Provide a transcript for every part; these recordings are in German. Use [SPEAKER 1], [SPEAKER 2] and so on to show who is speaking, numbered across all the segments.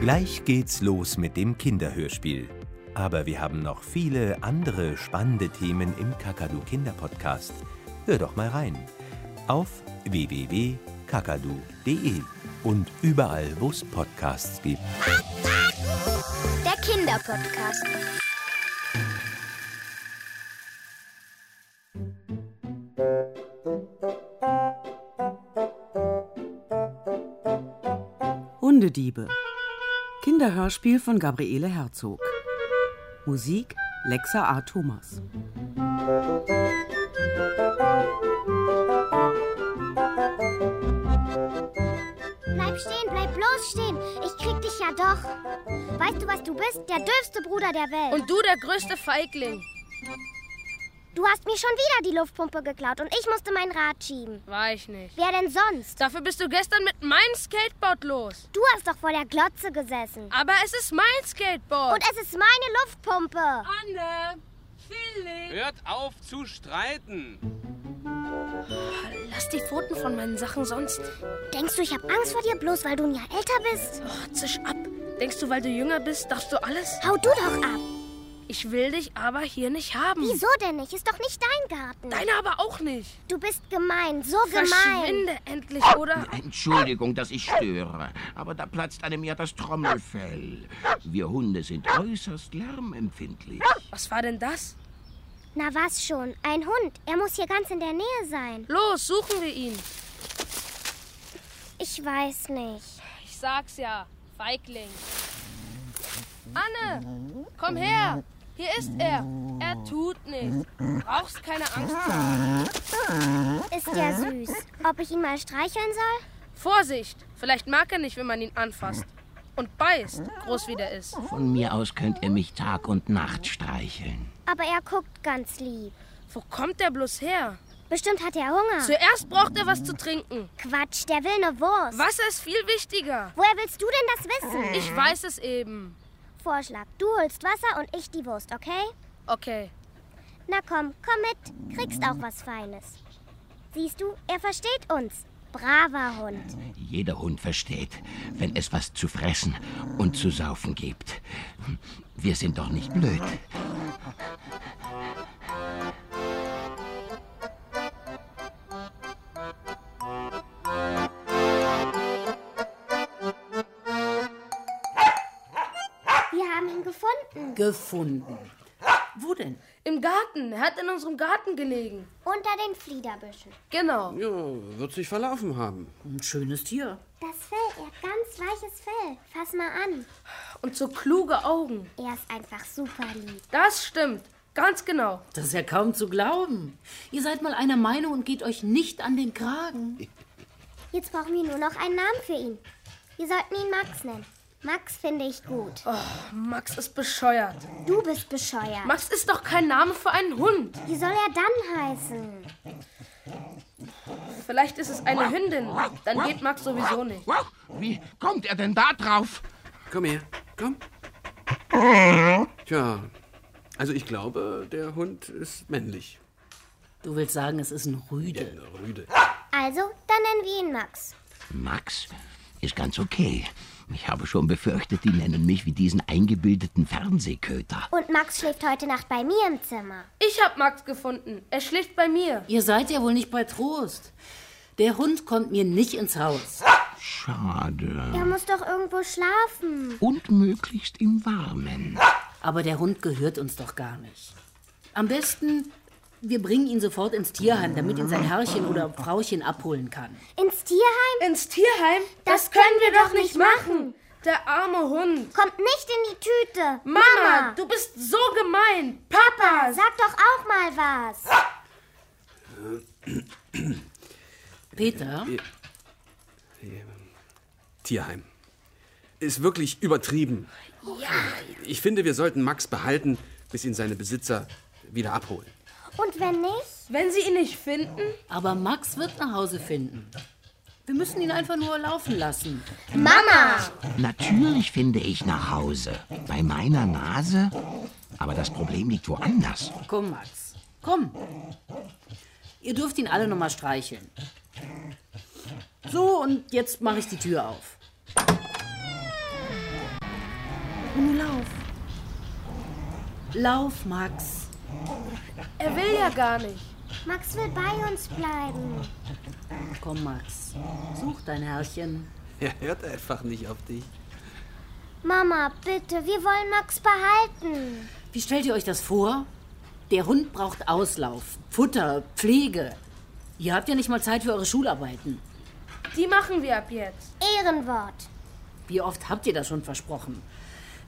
[SPEAKER 1] Gleich geht's los mit dem Kinderhörspiel. Aber wir haben noch viele andere spannende Themen im Kakadu Kinderpodcast. Hör doch mal rein. Auf www.kakadu.de und überall, wo es Podcasts gibt.
[SPEAKER 2] Der Kinderpodcast.
[SPEAKER 3] Hundediebe. Kinderhörspiel von Gabriele Herzog. Musik Lexa A. Thomas.
[SPEAKER 2] Bleib stehen, bleib bloß stehen. Ich krieg dich ja doch. Weißt du, was du bist? Der dürfste Bruder der Welt.
[SPEAKER 4] Und du der größte Feigling.
[SPEAKER 2] du hast mir schon wieder die Luftpumpe geklaut und ich musste mein Rad schieben.
[SPEAKER 4] War ich nicht.
[SPEAKER 2] Wer denn sonst?
[SPEAKER 4] Dafür bist du gestern mit meinem Skateboard los.
[SPEAKER 2] Du hast doch vor der Glotze gesessen.
[SPEAKER 4] Aber es ist mein Skateboard.
[SPEAKER 2] Und es ist meine Luftpumpe.
[SPEAKER 4] Anne, Philipp.
[SPEAKER 5] Hört auf zu streiten.
[SPEAKER 4] Lass die Pfoten von meinen Sachen sonst.
[SPEAKER 2] Denkst du, ich hab Angst vor dir, bloß weil du ein Jahr älter bist?
[SPEAKER 4] Oh, zisch ab. Denkst du, weil du jünger bist, darfst du alles?
[SPEAKER 2] Hau du doch ab.
[SPEAKER 4] Ich will dich aber hier nicht haben.
[SPEAKER 2] Wieso denn nicht? Ist doch nicht dein Garten.
[SPEAKER 4] Deine aber auch nicht.
[SPEAKER 2] Du bist gemein, so gemein.
[SPEAKER 4] Verschwinde endlich, oder?
[SPEAKER 6] Entschuldigung, dass ich störe, aber da platzt einem ja das Trommelfell. Wir Hunde sind äußerst lärmempfindlich.
[SPEAKER 4] Was war denn das?
[SPEAKER 2] Na was schon, ein Hund. Er muss hier ganz in der Nähe sein.
[SPEAKER 4] Los, suchen wir ihn.
[SPEAKER 2] Ich weiß nicht.
[SPEAKER 4] Ich sag's ja, Feigling. Anne, komm her. Hier ist er. Er tut nichts. Brauchst keine Angst haben.
[SPEAKER 2] Ist ja süß. Ob ich ihn mal streicheln soll?
[SPEAKER 4] Vorsicht, vielleicht mag er nicht, wenn man ihn anfasst. Und beißt, groß wie der ist.
[SPEAKER 6] Von mir aus könnt ihr mich Tag und Nacht streicheln.
[SPEAKER 2] Aber er guckt ganz lieb.
[SPEAKER 4] Wo kommt der bloß her?
[SPEAKER 2] Bestimmt hat er Hunger.
[SPEAKER 4] Zuerst braucht er was zu trinken.
[SPEAKER 2] Quatsch, der will eine Wurst.
[SPEAKER 4] Wasser ist viel wichtiger.
[SPEAKER 2] Woher willst du denn das wissen?
[SPEAKER 4] Ich weiß es eben.
[SPEAKER 2] Vorschlag, du holst Wasser und ich die Wurst, okay?
[SPEAKER 4] Okay.
[SPEAKER 2] Na komm, komm mit, kriegst auch was Feines. Siehst du, er versteht uns. Braver Hund.
[SPEAKER 6] Jeder Hund versteht, wenn es was zu fressen und zu saufen gibt. Wir sind doch nicht blöd.
[SPEAKER 2] Wir haben ihn gefunden.
[SPEAKER 3] Gefunden. Wo denn?
[SPEAKER 4] Im Garten. Er hat in unserem Garten gelegen.
[SPEAKER 2] Unter den Fliederbüschen.
[SPEAKER 4] Genau.
[SPEAKER 5] Ja, wird sich verlaufen haben.
[SPEAKER 3] Ein schönes Tier.
[SPEAKER 2] Das Fell, er hat ganz weiches Fell. Fass mal an.
[SPEAKER 4] Und so kluge Augen.
[SPEAKER 2] Er ist einfach super lieb.
[SPEAKER 4] Das stimmt. Ganz genau.
[SPEAKER 7] Das ist ja kaum zu glauben. Ihr seid mal einer Meinung und geht euch nicht an den Kragen.
[SPEAKER 2] Jetzt brauchen wir nur noch einen Namen für ihn. Wir sollten ihn Max nennen. Max finde ich gut.
[SPEAKER 4] Oh, Max ist bescheuert.
[SPEAKER 2] Du bist bescheuert.
[SPEAKER 4] Max ist doch kein Name für einen Hund.
[SPEAKER 2] Wie soll er dann heißen?
[SPEAKER 4] Vielleicht ist es eine Hündin. Dann geht Max sowieso nicht.
[SPEAKER 6] Wow, wie kommt er denn da drauf?
[SPEAKER 5] Komm her, komm. Tja, also ich glaube, der Hund ist männlich.
[SPEAKER 7] Du willst sagen, es ist ein Rüde.
[SPEAKER 5] Rüde.
[SPEAKER 2] Also, dann nennen wir ihn Max.
[SPEAKER 6] Max ist ganz okay. Ich habe schon befürchtet, die nennen mich wie diesen eingebildeten Fernsehköter.
[SPEAKER 2] Und Max schläft heute Nacht bei mir im Zimmer.
[SPEAKER 4] Ich hab Max gefunden. Er schläft bei mir.
[SPEAKER 7] Ihr seid ja wohl nicht bei Trost. Der Hund kommt mir nicht ins Haus.
[SPEAKER 6] Schade.
[SPEAKER 2] Er muss doch irgendwo schlafen.
[SPEAKER 6] Und möglichst im Warmen.
[SPEAKER 7] Aber der Hund gehört uns doch gar nicht. Am besten, wir bringen ihn sofort ins Tierheim, damit ihn sein Herrchen oder Frauchen abholen kann.
[SPEAKER 2] Ins Tierheim?
[SPEAKER 4] Ins Tierheim? Das, können wir doch nicht machen. Der arme Hund.
[SPEAKER 2] Kommt nicht in die Tüte.
[SPEAKER 4] Mama, du bist so gemein. Papa.
[SPEAKER 2] Sag doch auch mal was.
[SPEAKER 7] Peter,
[SPEAKER 5] Tierheim. Ist wirklich übertrieben. Ja. Ich finde, wir sollten Max behalten, bis ihn seine Besitzer wieder abholen.
[SPEAKER 2] Und wenn nicht?
[SPEAKER 4] Wenn sie ihn nicht finden,
[SPEAKER 7] aber Max wird nach Hause finden. Wir müssen ihn einfach nur laufen lassen.
[SPEAKER 2] Mama!
[SPEAKER 6] Natürlich finde ich nach Hause. Bei meiner Nase? Aber das Problem liegt woanders.
[SPEAKER 7] Komm, Max. Komm. Ihr dürft ihn alle nochmal streicheln. So, und jetzt mache ich die Tür auf. Nun lauf. Lauf, Max.
[SPEAKER 4] Er will ja gar nicht.
[SPEAKER 2] Max will bei uns bleiben.
[SPEAKER 7] Komm, Max. Such dein Herrchen.
[SPEAKER 5] Er hört einfach nicht auf dich.
[SPEAKER 2] Mama, bitte, wir wollen Max behalten.
[SPEAKER 7] Wie stellt ihr euch das vor? Der Hund braucht Auslauf, Futter, Pflege. Ihr habt ja nicht mal Zeit für eure Schularbeiten.
[SPEAKER 4] Die machen wir ab jetzt.
[SPEAKER 2] Ehrenwort.
[SPEAKER 7] Wie oft habt ihr das schon versprochen?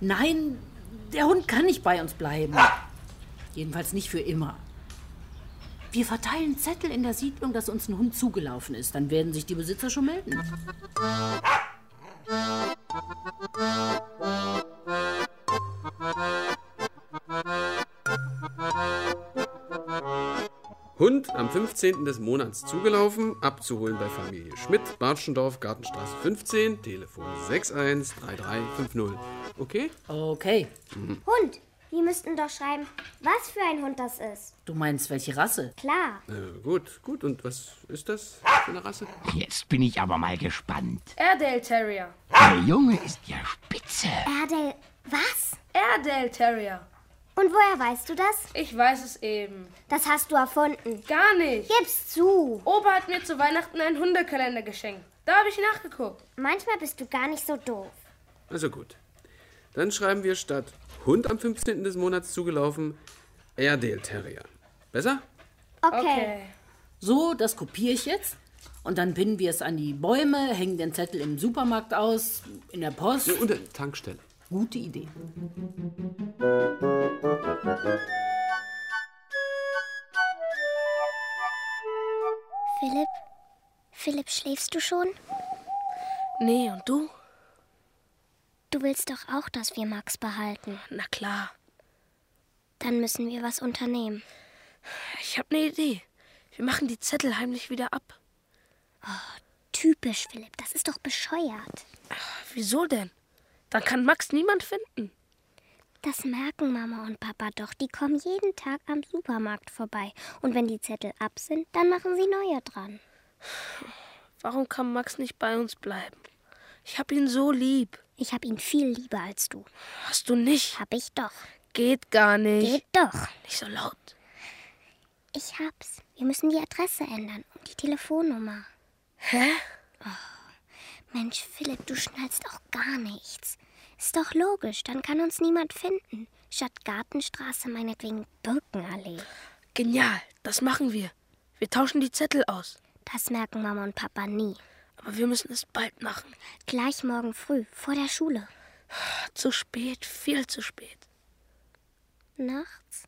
[SPEAKER 7] Nein, der Hund kann nicht bei uns bleiben. Jedenfalls nicht für immer. Wir verteilen Zettel in der Siedlung, dass uns ein Hund zugelaufen ist. Dann werden sich die Besitzer schon melden.
[SPEAKER 5] Hund am 15. des Monats zugelaufen, abzuholen bei Familie Schmidt, Bartschendorf, Gartenstraße 15, Telefon 613350. Okay?
[SPEAKER 7] Okay,
[SPEAKER 2] Hund. Wir müssten doch schreiben, was für ein Hund das ist.
[SPEAKER 7] du meinst welche Rasse?
[SPEAKER 2] Klar.
[SPEAKER 5] Äh, gut, gut. Und was ist das für eine Rasse?
[SPEAKER 6] Jetzt bin ich aber mal gespannt.
[SPEAKER 4] Airedale Terrier.
[SPEAKER 6] Der Junge ist ja spitze.
[SPEAKER 2] Erdel, was?
[SPEAKER 4] Airedale Terrier.
[SPEAKER 2] Und woher weißt du das?
[SPEAKER 4] Ich weiß es eben.
[SPEAKER 2] Das hast du erfunden.
[SPEAKER 4] Gar nicht.
[SPEAKER 2] Gib's zu.
[SPEAKER 4] Opa hat mir zu Weihnachten einen Hundekalender geschenkt. Da habe ich nachgeguckt.
[SPEAKER 2] Manchmal bist du gar nicht so doof.
[SPEAKER 5] Also gut. Dann schreiben wir statt Hund am 15. des Monats zugelaufen, Airedale Terrier. Besser?
[SPEAKER 2] okay.
[SPEAKER 7] So, das kopiere ich jetzt. Und dann pinnen wir es an die Bäume, hängen den Zettel im Supermarkt aus, in der Post.
[SPEAKER 5] Und eine Tankstelle.
[SPEAKER 7] Gute Idee.
[SPEAKER 2] Philipp? Philipp, schläfst du schon?
[SPEAKER 4] Nee, und du?
[SPEAKER 2] Du willst doch auch, dass wir Max behalten.
[SPEAKER 4] Na klar.
[SPEAKER 2] Dann müssen wir was unternehmen.
[SPEAKER 4] Ich habe eine Idee. Wir machen die Zettel heimlich wieder ab.
[SPEAKER 2] Oh, Typisch, Philipp, das ist doch bescheuert.
[SPEAKER 4] Wieso denn? Dann kann Max niemand finden.
[SPEAKER 2] Das merken Mama und Papa doch. Die kommen jeden Tag am Supermarkt vorbei. Und wenn die Zettel ab sind, dann machen sie neue dran.
[SPEAKER 4] Warum kann Max nicht bei uns bleiben? Ich hab ihn so lieb.
[SPEAKER 2] Ich hab ihn viel lieber als du.
[SPEAKER 4] Hast du nicht?
[SPEAKER 2] Hab ich doch.
[SPEAKER 4] Geht gar nicht.
[SPEAKER 2] Geht doch.
[SPEAKER 4] Nicht so laut.
[SPEAKER 2] Ich hab's. Wir müssen die Adresse ändern und die Telefonnummer. Oh,
[SPEAKER 4] Hä?
[SPEAKER 2] Mensch, Philipp, du schnallst auch gar nichts. Ist doch logisch, dann kann uns niemand finden. Statt Gartenstraße meinetwegen Birkenallee.
[SPEAKER 4] Genial. Das machen wir. Wir tauschen die Zettel aus.
[SPEAKER 2] Das merken Mama und Papa nie.
[SPEAKER 4] Aber wir müssen es bald machen.
[SPEAKER 2] Gleich morgen früh, vor der Schule.
[SPEAKER 4] Zu spät, viel zu spät.
[SPEAKER 2] Nachts?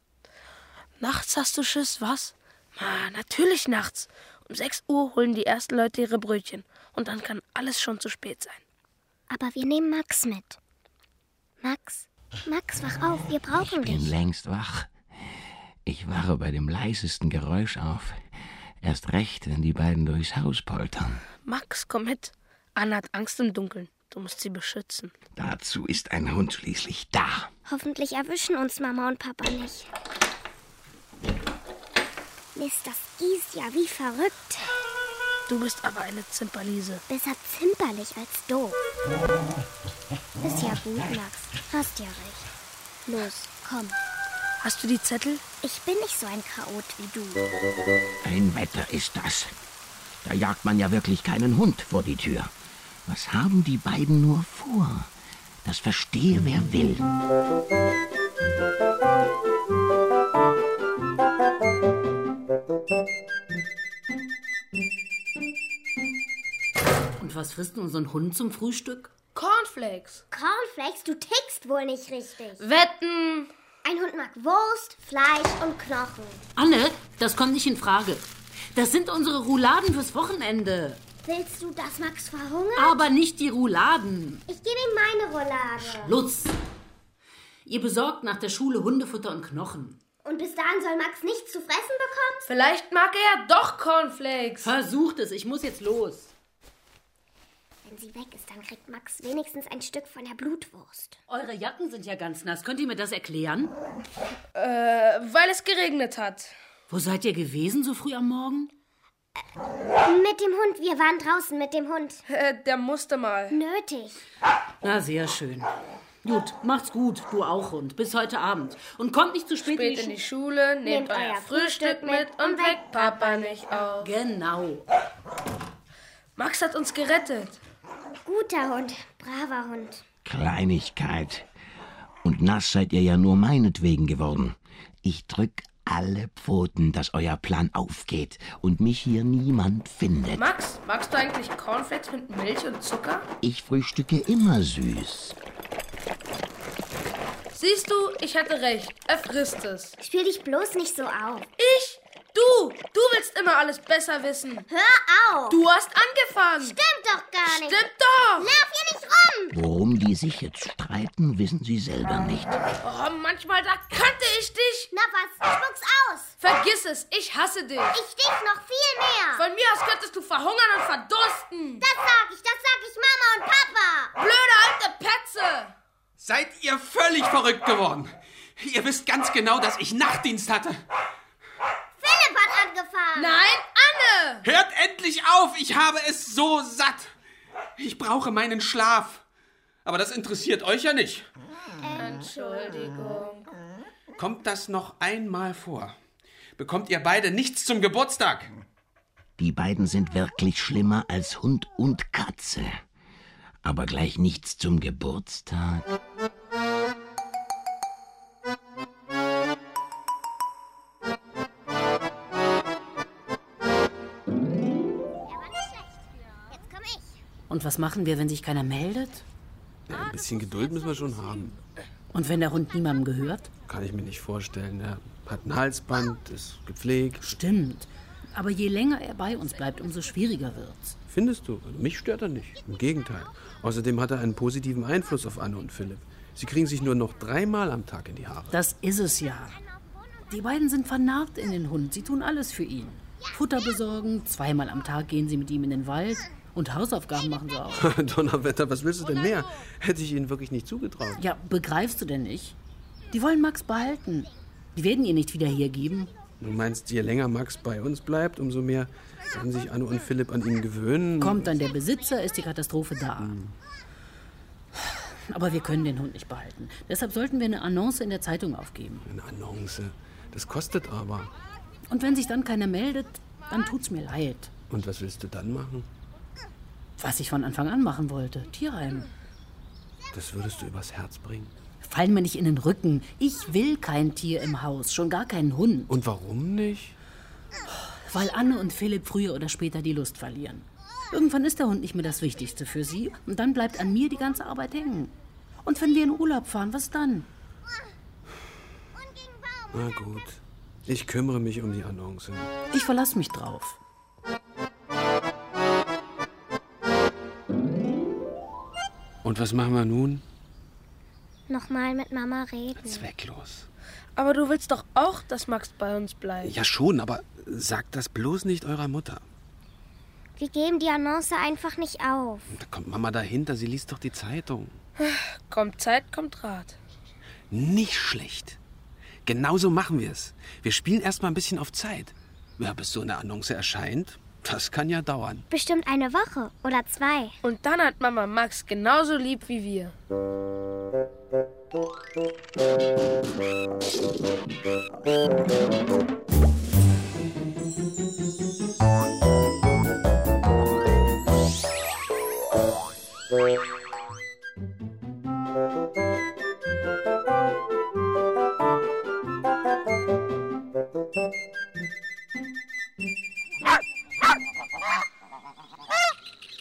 [SPEAKER 4] Nachts hast du Schiss, was? Ma, natürlich nachts. Um 6 Uhr holen die ersten Leute ihre Brötchen. Und dann kann alles schon zu spät sein.
[SPEAKER 2] Aber wir nehmen Max mit. Max, Max, wach auf, wir brauchen
[SPEAKER 6] bin
[SPEAKER 2] dich.
[SPEAKER 6] längst wach. Ich wache bei dem leisesten Geräusch auf. Erst recht, wenn die beiden durchs Haus poltern.
[SPEAKER 4] Max, komm mit. Anna hat Angst im Dunkeln. Du musst sie beschützen.
[SPEAKER 6] Dazu ist ein Hund schließlich da.
[SPEAKER 2] Hoffentlich erwischen uns Mama und Papa nicht. Mist, das ist ja wie verrückt.
[SPEAKER 4] Du bist aber eine Zimperliese.
[SPEAKER 2] Besser zimperlich als doof. Ist ja gut, Max. Hast ja recht. Los, komm.
[SPEAKER 4] Hast du die Zettel?
[SPEAKER 2] Ich bin nicht so ein Chaot wie du.
[SPEAKER 6] Ein Wetter ist das. Da jagt man ja wirklich keinen Hund vor die Tür. Was haben die beiden nur vor? Das verstehe wer will.
[SPEAKER 7] Und was frisst denn so ein Hund zum Frühstück?
[SPEAKER 4] Cornflakes.
[SPEAKER 2] Cornflakes, du tickst wohl nicht richtig.
[SPEAKER 4] Wetten.
[SPEAKER 2] Ein Hund mag Wurst, Fleisch und Knochen.
[SPEAKER 7] Anne, das kommt nicht in Frage. Das sind unsere Rouladen fürs Wochenende.
[SPEAKER 2] Willst du, dass Max verhungert?
[SPEAKER 7] Aber nicht die Rouladen.
[SPEAKER 2] Ich gebe ihm meine Roulade.
[SPEAKER 7] Lutz. Ihr besorgt nach der Schule Hundefutter und Knochen.
[SPEAKER 2] Und bis dahin soll Max nichts zu fressen bekommen?
[SPEAKER 4] Vielleicht mag er ja doch Cornflakes.
[SPEAKER 7] Versucht es, ich muss jetzt los.
[SPEAKER 2] Wenn sie weg ist, dann kriegt Max wenigstens ein Stück von der Blutwurst.
[SPEAKER 7] Eure Jacken sind ja ganz nass. Könnt ihr mir das erklären?
[SPEAKER 4] Weil es geregnet hat.
[SPEAKER 7] Wo seid ihr gewesen so früh am Morgen?
[SPEAKER 2] Mit dem Hund, wir waren draußen mit dem Hund.
[SPEAKER 4] Äh, der musste mal.
[SPEAKER 2] Nötig.
[SPEAKER 7] Na, sehr schön. Gut, macht's gut, du auch Hund. Bis heute Abend. Und kommt nicht zu spät,
[SPEAKER 4] Geht in die Schule, nehmt euer Frühstück mit und weckt Papa nicht auf.
[SPEAKER 7] Genau.
[SPEAKER 4] Max hat uns gerettet.
[SPEAKER 2] Guter Hund, braver Hund.
[SPEAKER 6] Kleinigkeit. Und nass seid ihr ja nur meinetwegen geworden. Ich drück alle Pfoten, dass euer Plan aufgeht und mich hier niemand findet.
[SPEAKER 4] Max, magst du eigentlich Cornflakes mit Milch und Zucker?
[SPEAKER 6] Ich frühstücke immer süß.
[SPEAKER 4] Siehst du, ich hatte recht. Er frisst es.
[SPEAKER 2] Spiel dich bloß nicht so auf.
[SPEAKER 4] Ich? Du! Du willst immer alles besser wissen.
[SPEAKER 2] Hör auf!
[SPEAKER 4] Du hast angefangen. Stimmt,
[SPEAKER 2] Stimmt doch gar nicht!
[SPEAKER 4] doch!
[SPEAKER 2] Lauf hier nicht rum!
[SPEAKER 6] Worum die sich jetzt streiten, wissen sie selber nicht.
[SPEAKER 4] Oh, manchmal, da kannte ich dich.
[SPEAKER 2] Na was, spuck's aus!
[SPEAKER 4] Vergiss es, ich hasse dich.
[SPEAKER 2] Ich dich noch viel mehr!
[SPEAKER 4] Von mir aus könntest du verhungern und verdursten.
[SPEAKER 2] Das sag ich, das sag ich Mama und Papa!
[SPEAKER 4] Blöde alte Petze.
[SPEAKER 8] Seid ihr völlig verrückt geworden? Ihr wisst ganz genau, dass ich Nachtdienst hatte.
[SPEAKER 2] Philipp hat angefangen!
[SPEAKER 4] Nein, Anne.
[SPEAKER 8] Hört endlich auf, ich habe es so satt. Ich brauche meinen Schlaf. Aber das interessiert euch ja nicht.
[SPEAKER 4] Entschuldigung.
[SPEAKER 8] Kommt das noch einmal vor? Bekommt ihr beide nichts zum Geburtstag?
[SPEAKER 6] Die beiden sind wirklich schlimmer als Hund und Katze. Aber gleich nichts zum Geburtstag.
[SPEAKER 2] Er war nicht schlecht. Jetzt komm ich.
[SPEAKER 7] Und was machen wir, wenn sich keiner meldet?
[SPEAKER 5] Ein bisschen Geduld müssen wir schon haben.
[SPEAKER 7] Und wenn der Hund niemandem gehört?
[SPEAKER 5] Kann ich mir nicht vorstellen. Er hat ein Halsband, ist gepflegt.
[SPEAKER 7] Stimmt. Aber je länger er bei uns bleibt, umso schwieriger wird's.
[SPEAKER 5] Findest du? Also mich stört er nicht. Im Gegenteil. Außerdem hat er einen positiven Einfluss auf Anne und Philipp. Sie kriegen sich nur noch dreimal am Tag in die Haare.
[SPEAKER 7] Das ist es ja. Die beiden sind vernarrt in den Hund. Sie tun alles für ihn. Futter besorgen, zweimal am Tag gehen sie mit ihm in den Wald und Hausaufgaben machen sie auch.
[SPEAKER 5] Donnerwetter, was willst du denn mehr? Hätte ich ihnen wirklich nicht zugetraut.
[SPEAKER 7] Ja, begreifst du denn nicht? Die wollen Max behalten. Die werden ihn nicht wieder hergeben.
[SPEAKER 5] Du meinst, je länger Max bei uns bleibt, umso mehr werden sich Anne und Philipp an ihn gewöhnen.
[SPEAKER 7] Kommt dann der Besitzer, ist die Katastrophe da. Aber wir können den Hund nicht behalten. Deshalb sollten wir eine Annonce in der Zeitung aufgeben.
[SPEAKER 5] Eine Annonce. Das kostet aber.
[SPEAKER 7] Und wenn sich dann keiner meldet, dann tut's mir leid.
[SPEAKER 5] Und was willst du dann machen?
[SPEAKER 7] Was ich von Anfang an machen wollte. Tierheim.
[SPEAKER 5] Das würdest du übers Herz bringen.
[SPEAKER 7] Fallen mir nicht in den Rücken. Ich will kein Tier im Haus, schon gar keinen Hund.
[SPEAKER 5] Und warum nicht?
[SPEAKER 7] Weil Anne und Philipp früher oder später die Lust verlieren. Irgendwann ist der Hund nicht mehr das Wichtigste für sie und dann bleibt an mir die ganze Arbeit hängen. Und wenn wir in Urlaub fahren, was dann?
[SPEAKER 5] Na gut. Ich kümmere mich um die Annonce.
[SPEAKER 7] Ich verlasse mich drauf.
[SPEAKER 5] Und was machen wir nun?
[SPEAKER 2] Nochmal mit Mama reden.
[SPEAKER 5] Zwecklos.
[SPEAKER 4] Aber du willst doch auch, dass Max bei uns bleibt.
[SPEAKER 5] Ja schon, aber sagt das bloß nicht eurer Mutter.
[SPEAKER 2] Wir geben die Annonce einfach nicht auf.
[SPEAKER 5] Da kommt Mama dahinter, sie liest doch die Zeitung.
[SPEAKER 4] Kommt Zeit, kommt Rat.
[SPEAKER 5] Nicht schlecht. Genauso machen wir es. Wir spielen erstmal ein bisschen auf Zeit. Ja, bis so eine Annonce erscheint, das kann ja dauern.
[SPEAKER 2] Bestimmt eine Woche oder zwei.
[SPEAKER 4] Und dann hat Mama Max genauso lieb wie wir.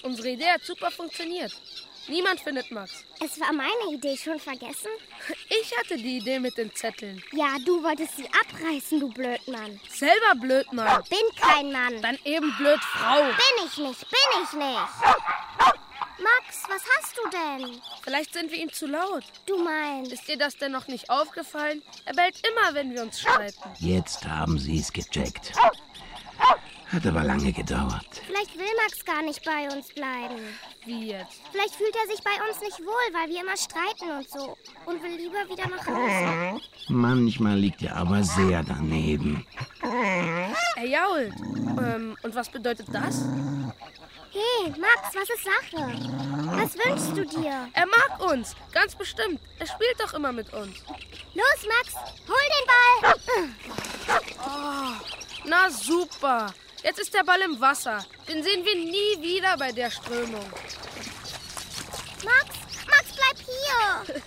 [SPEAKER 4] Unsere Idee hat super funktioniert. Niemand findet Max.
[SPEAKER 2] Es war meine Idee schon vergessen.
[SPEAKER 4] Ich hatte die Idee mit den Zetteln.
[SPEAKER 2] Ja, du wolltest sie abreißen, du Blödmann.
[SPEAKER 4] Selber blöd, Mann.
[SPEAKER 2] Bin kein Mann.
[SPEAKER 4] Dann eben blöd, Frau.
[SPEAKER 2] Bin ich nicht, bin ich nicht. Max, was hast du denn?
[SPEAKER 4] Vielleicht sind wir ihm zu laut.
[SPEAKER 2] Du meinst.
[SPEAKER 4] Ist dir das denn noch nicht aufgefallen? Er bellt immer, wenn wir uns streiten.
[SPEAKER 6] Jetzt haben sie's gecheckt. Hat aber lange gedauert.
[SPEAKER 2] Vielleicht will Max gar nicht bei uns bleiben.
[SPEAKER 4] Wie jetzt?
[SPEAKER 2] Vielleicht fühlt er sich bei uns nicht wohl, weil wir immer streiten und so. Und will lieber wieder nach Hause.
[SPEAKER 6] Manchmal liegt er aber sehr daneben.
[SPEAKER 4] Er jault. Ähm, und was bedeutet das?
[SPEAKER 2] Hey, Max, was ist Sache? Was wünschst du dir?
[SPEAKER 4] Er mag uns, ganz bestimmt. Er spielt doch immer mit uns.
[SPEAKER 2] Los, Max, hol den Ball!
[SPEAKER 4] Na super. Jetzt ist der Ball im Wasser. Den sehen wir nie wieder bei der Strömung.
[SPEAKER 2] Max, Max, bleib hier!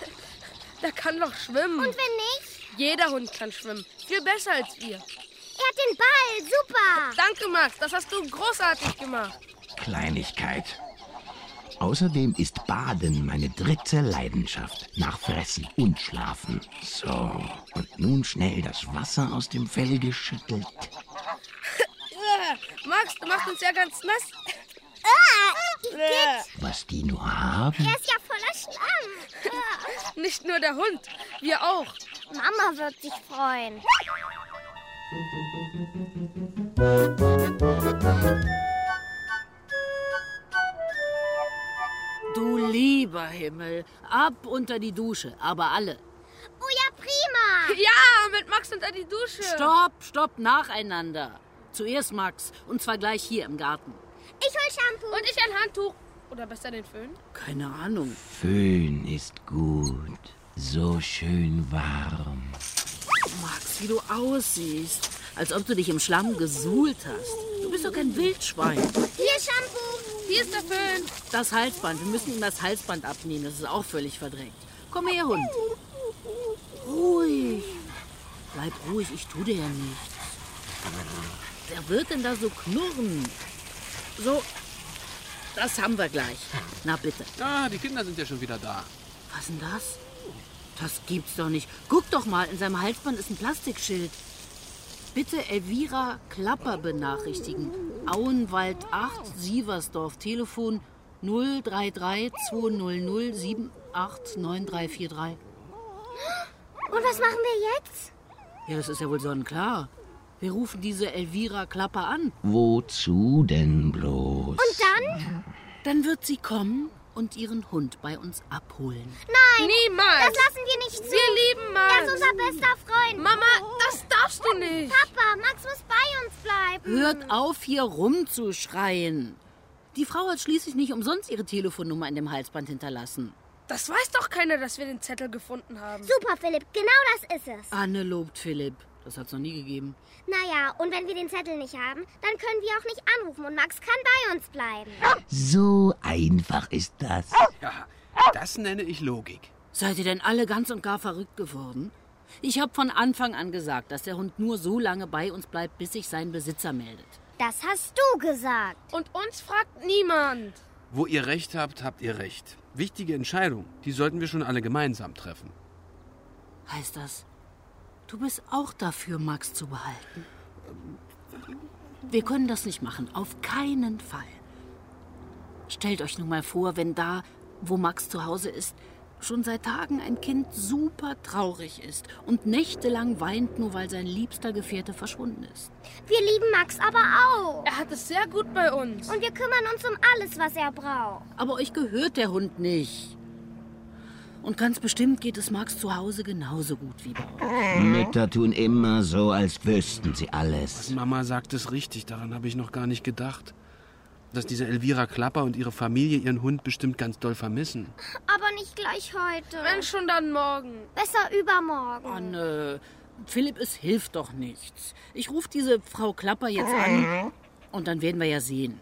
[SPEAKER 4] Der kann doch schwimmen.
[SPEAKER 2] Und wenn nicht?
[SPEAKER 4] Jeder Hund kann schwimmen. Viel besser als wir.
[SPEAKER 2] Er hat den Ball, super!
[SPEAKER 4] Danke, Max. Das hast du großartig gemacht.
[SPEAKER 6] Kleinigkeit. Außerdem ist Baden meine dritte Leidenschaft. Nach Fressen und Schlafen. So, und nun schnell das Wasser aus dem Fell geschüttelt.
[SPEAKER 4] Äh, Max, du machst uns ja ganz nass.
[SPEAKER 2] Ah,
[SPEAKER 6] Was die nur haben?
[SPEAKER 2] er ist ja voller Schlamm.
[SPEAKER 4] Nicht nur der Hund, wir auch.
[SPEAKER 2] Mama wird sich freuen.
[SPEAKER 7] Du lieber Himmel, ab unter die Dusche, aber alle.
[SPEAKER 2] Oh ja, prima!
[SPEAKER 4] Ja, mit Max unter die Dusche.
[SPEAKER 7] Stopp, stopp, nacheinander. Zuerst Max, und zwar gleich hier im Garten.
[SPEAKER 2] Ich hol Shampoo.
[SPEAKER 4] Und ich ein Handtuch. Oder besser den Föhn.
[SPEAKER 7] Keine Ahnung.
[SPEAKER 6] Föhn ist gut. So schön warm.
[SPEAKER 7] Max, wie du aussiehst. Als ob du dich im Schlamm gesuhlt hast. Du bist doch kein Wildschwein.
[SPEAKER 2] hier Shampoo.
[SPEAKER 4] Hier ist der Föhn.
[SPEAKER 7] Das Halsband, wir müssen ihm das Halsband abnehmen. Das ist auch völlig verdrängt. Komm her, Hund. Ruhig. Bleib ruhig, ich tu dir ja nichts. Wer wird denn da so knurren? So, das haben wir gleich. Na bitte.
[SPEAKER 5] Ah, die Kinder sind ja schon wieder da.
[SPEAKER 7] Was denn das? Das gibt's doch nicht. Guck doch mal, in seinem Halsband ist ein Plastikschild. Bitte Elvira Klapper benachrichtigen. Auenwald 8, Sieversdorf, Telefon 033 200 789343.
[SPEAKER 2] Und was machen wir jetzt?
[SPEAKER 7] Ja, das ist ja wohl sonnenklar. Wir rufen diese Elvira Klapper an.
[SPEAKER 6] Wozu denn bloß?
[SPEAKER 2] Und dann?
[SPEAKER 7] Dann wird sie kommen und ihren Hund bei uns abholen.
[SPEAKER 2] Nein,
[SPEAKER 4] Niemals.
[SPEAKER 2] das lassen wir nicht zu.
[SPEAKER 4] Wir lieben Max.
[SPEAKER 2] Er ist unser bester Freund.
[SPEAKER 4] Mama, das darfst du nicht.
[SPEAKER 2] Papa, Max muss bei uns bleiben.
[SPEAKER 7] Hört auf, hier rumzuschreien. Die Frau hat schließlich nicht umsonst ihre Telefonnummer in dem Halsband hinterlassen.
[SPEAKER 4] Das weiß doch keiner, dass wir den Zettel gefunden haben.
[SPEAKER 2] Super, Philipp, genau das ist es.
[SPEAKER 7] Anne lobt Philipp. Das hat's noch nie gegeben.
[SPEAKER 2] Naja, und wenn wir den Zettel nicht haben, dann können wir auch nicht anrufen und Max kann bei uns bleiben.
[SPEAKER 6] So einfach ist das.
[SPEAKER 5] Ja, das nenne ich Logik.
[SPEAKER 7] Seid ihr denn alle ganz und gar verrückt geworden? Ich habe von Anfang an gesagt, dass der Hund nur so lange bei uns bleibt, bis sich sein Besitzer meldet.
[SPEAKER 2] Das hast du gesagt.
[SPEAKER 4] Und uns fragt niemand.
[SPEAKER 5] Wo ihr Recht habt, habt ihr Recht. Wichtige Entscheidung, die sollten wir schon alle gemeinsam treffen.
[SPEAKER 7] Heißt das, du bist auch dafür, Max zu behalten? Wir können das nicht machen, auf keinen Fall. Stellt euch nun mal vor, wenn da, wo Max zu Hause ist, schon seit Tagen ein Kind super traurig ist und nächtelang weint, nur weil sein liebster Gefährte verschwunden ist.
[SPEAKER 2] Wir lieben Max aber auch.
[SPEAKER 4] Er hat es sehr gut bei uns.
[SPEAKER 2] Und wir kümmern uns um alles, was er braucht.
[SPEAKER 7] Aber euch gehört der Hund nicht. Und ganz bestimmt geht es Max zu Hause genauso gut wie bei euch.
[SPEAKER 6] Mütter tun immer so, als wüssten sie alles.
[SPEAKER 5] Mama sagt es richtig, daran habe ich noch gar nicht gedacht. Dass diese Elvira Klapper und ihre Familie ihren Hund bestimmt ganz doll vermissen.
[SPEAKER 2] Aber nicht gleich heute.
[SPEAKER 4] Wenn schon dann morgen.
[SPEAKER 2] Besser übermorgen.
[SPEAKER 7] Anne, Philipp, es hilft doch nichts. Ich rufe diese Frau Klapper jetzt an und dann werden wir ja sehen.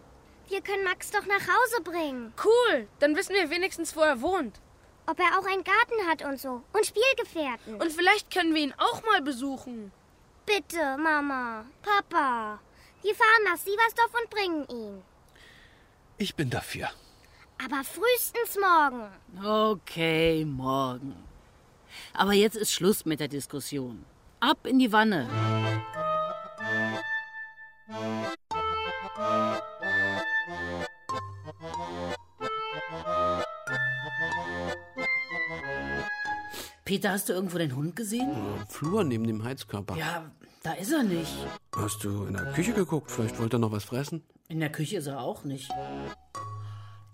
[SPEAKER 2] Wir können Max doch nach Hause bringen.
[SPEAKER 4] Cool, dann wissen wir wenigstens, wo er wohnt.
[SPEAKER 2] Ob er auch einen Garten hat und so. Und Spielgefährten.
[SPEAKER 4] Und vielleicht können wir ihn auch mal besuchen.
[SPEAKER 2] bitte, Mama, Papa. Wir fahren nach Sieversdorf und bringen ihn.
[SPEAKER 5] Ich bin dafür.
[SPEAKER 2] Aber frühestens morgen.
[SPEAKER 7] Okay, morgen. Aber jetzt ist Schluss mit der Diskussion. Ab in die Wanne. Peter, hast du irgendwo den Hund gesehen?
[SPEAKER 5] Im Flur neben dem Heizkörper.
[SPEAKER 7] Ja, da ist er nicht.
[SPEAKER 5] Hast du in der Küche geguckt? Vielleicht wollte er noch was fressen?
[SPEAKER 7] In der Küche ist er auch nicht.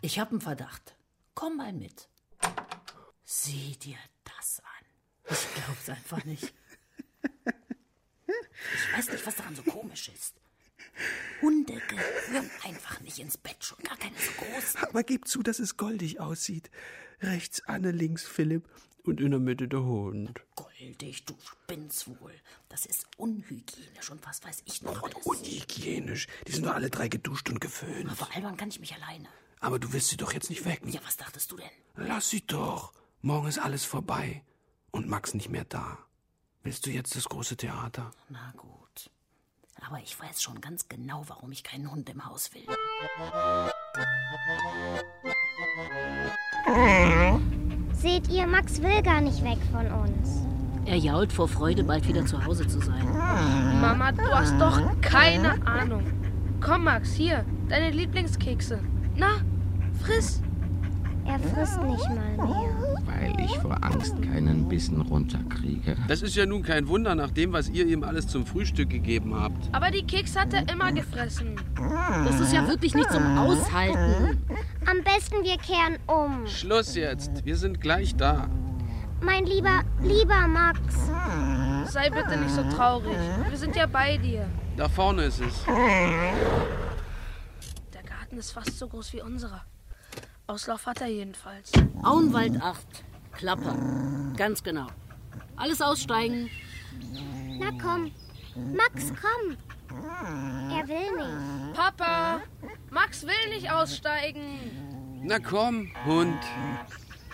[SPEAKER 9] Ich habe einen Verdacht. Komm mal mit. Sieh dir das an. Ich glaub's einfach nicht. Ich weiß nicht, was daran so komisch ist. Hunde gehören einfach nicht ins Bett, schon gar keine so großen.
[SPEAKER 5] Aber gib zu, dass es goldig aussieht. Rechts Anne, links Philipp und in der Mitte der Hund.
[SPEAKER 9] Goldig, du spinnst wohl. Das ist unhygienisch und was weiß ich noch alles.
[SPEAKER 5] Unhygienisch. Die sind doch alle drei geduscht und geföhnt.
[SPEAKER 9] Aber albern kann ich mich alleine.
[SPEAKER 5] Aber du willst sie doch jetzt nicht wecken.
[SPEAKER 9] Ja, was dachtest du denn?
[SPEAKER 5] Lass sie doch. Morgen ist alles vorbei. Und Max nicht mehr da. Willst du jetzt das große Theater?
[SPEAKER 9] Na gut. Aber ich weiß schon ganz genau, warum ich keinen Hund im Haus will.
[SPEAKER 2] Seht ihr, Max will gar nicht weg von uns.
[SPEAKER 7] Er jault vor Freude, bald wieder zu Hause zu sein.
[SPEAKER 4] Mama, du hast doch keine Ahnung. Komm, Max, hier, deine Lieblingskekse. Na, friss.
[SPEAKER 2] Er frisst nicht mal mehr.
[SPEAKER 6] weil ich vor Angst keinen Bissen runterkriege.
[SPEAKER 10] Das ist ja nun kein Wunder nach dem, was ihr ihm alles zum Frühstück gegeben habt.
[SPEAKER 4] Aber die Kekse hat er immer gefressen.
[SPEAKER 7] Das ist ja wirklich nicht zum Aushalten.
[SPEAKER 2] Am besten wir kehren um.
[SPEAKER 10] Schluss jetzt. Wir sind gleich da.
[SPEAKER 2] Mein lieber, lieber Max.
[SPEAKER 4] Sei bitte nicht so traurig. Wir sind ja bei dir.
[SPEAKER 10] Da vorne ist es.
[SPEAKER 4] Der Garten ist fast so groß wie unserer. Auslauf hat er jedenfalls.
[SPEAKER 7] Auenwald 8. Klapper. Ganz genau. Alles aussteigen.
[SPEAKER 2] Na komm. Max, komm. Er will nicht.
[SPEAKER 4] Papa, Max will nicht aussteigen.
[SPEAKER 10] Na komm, Hund.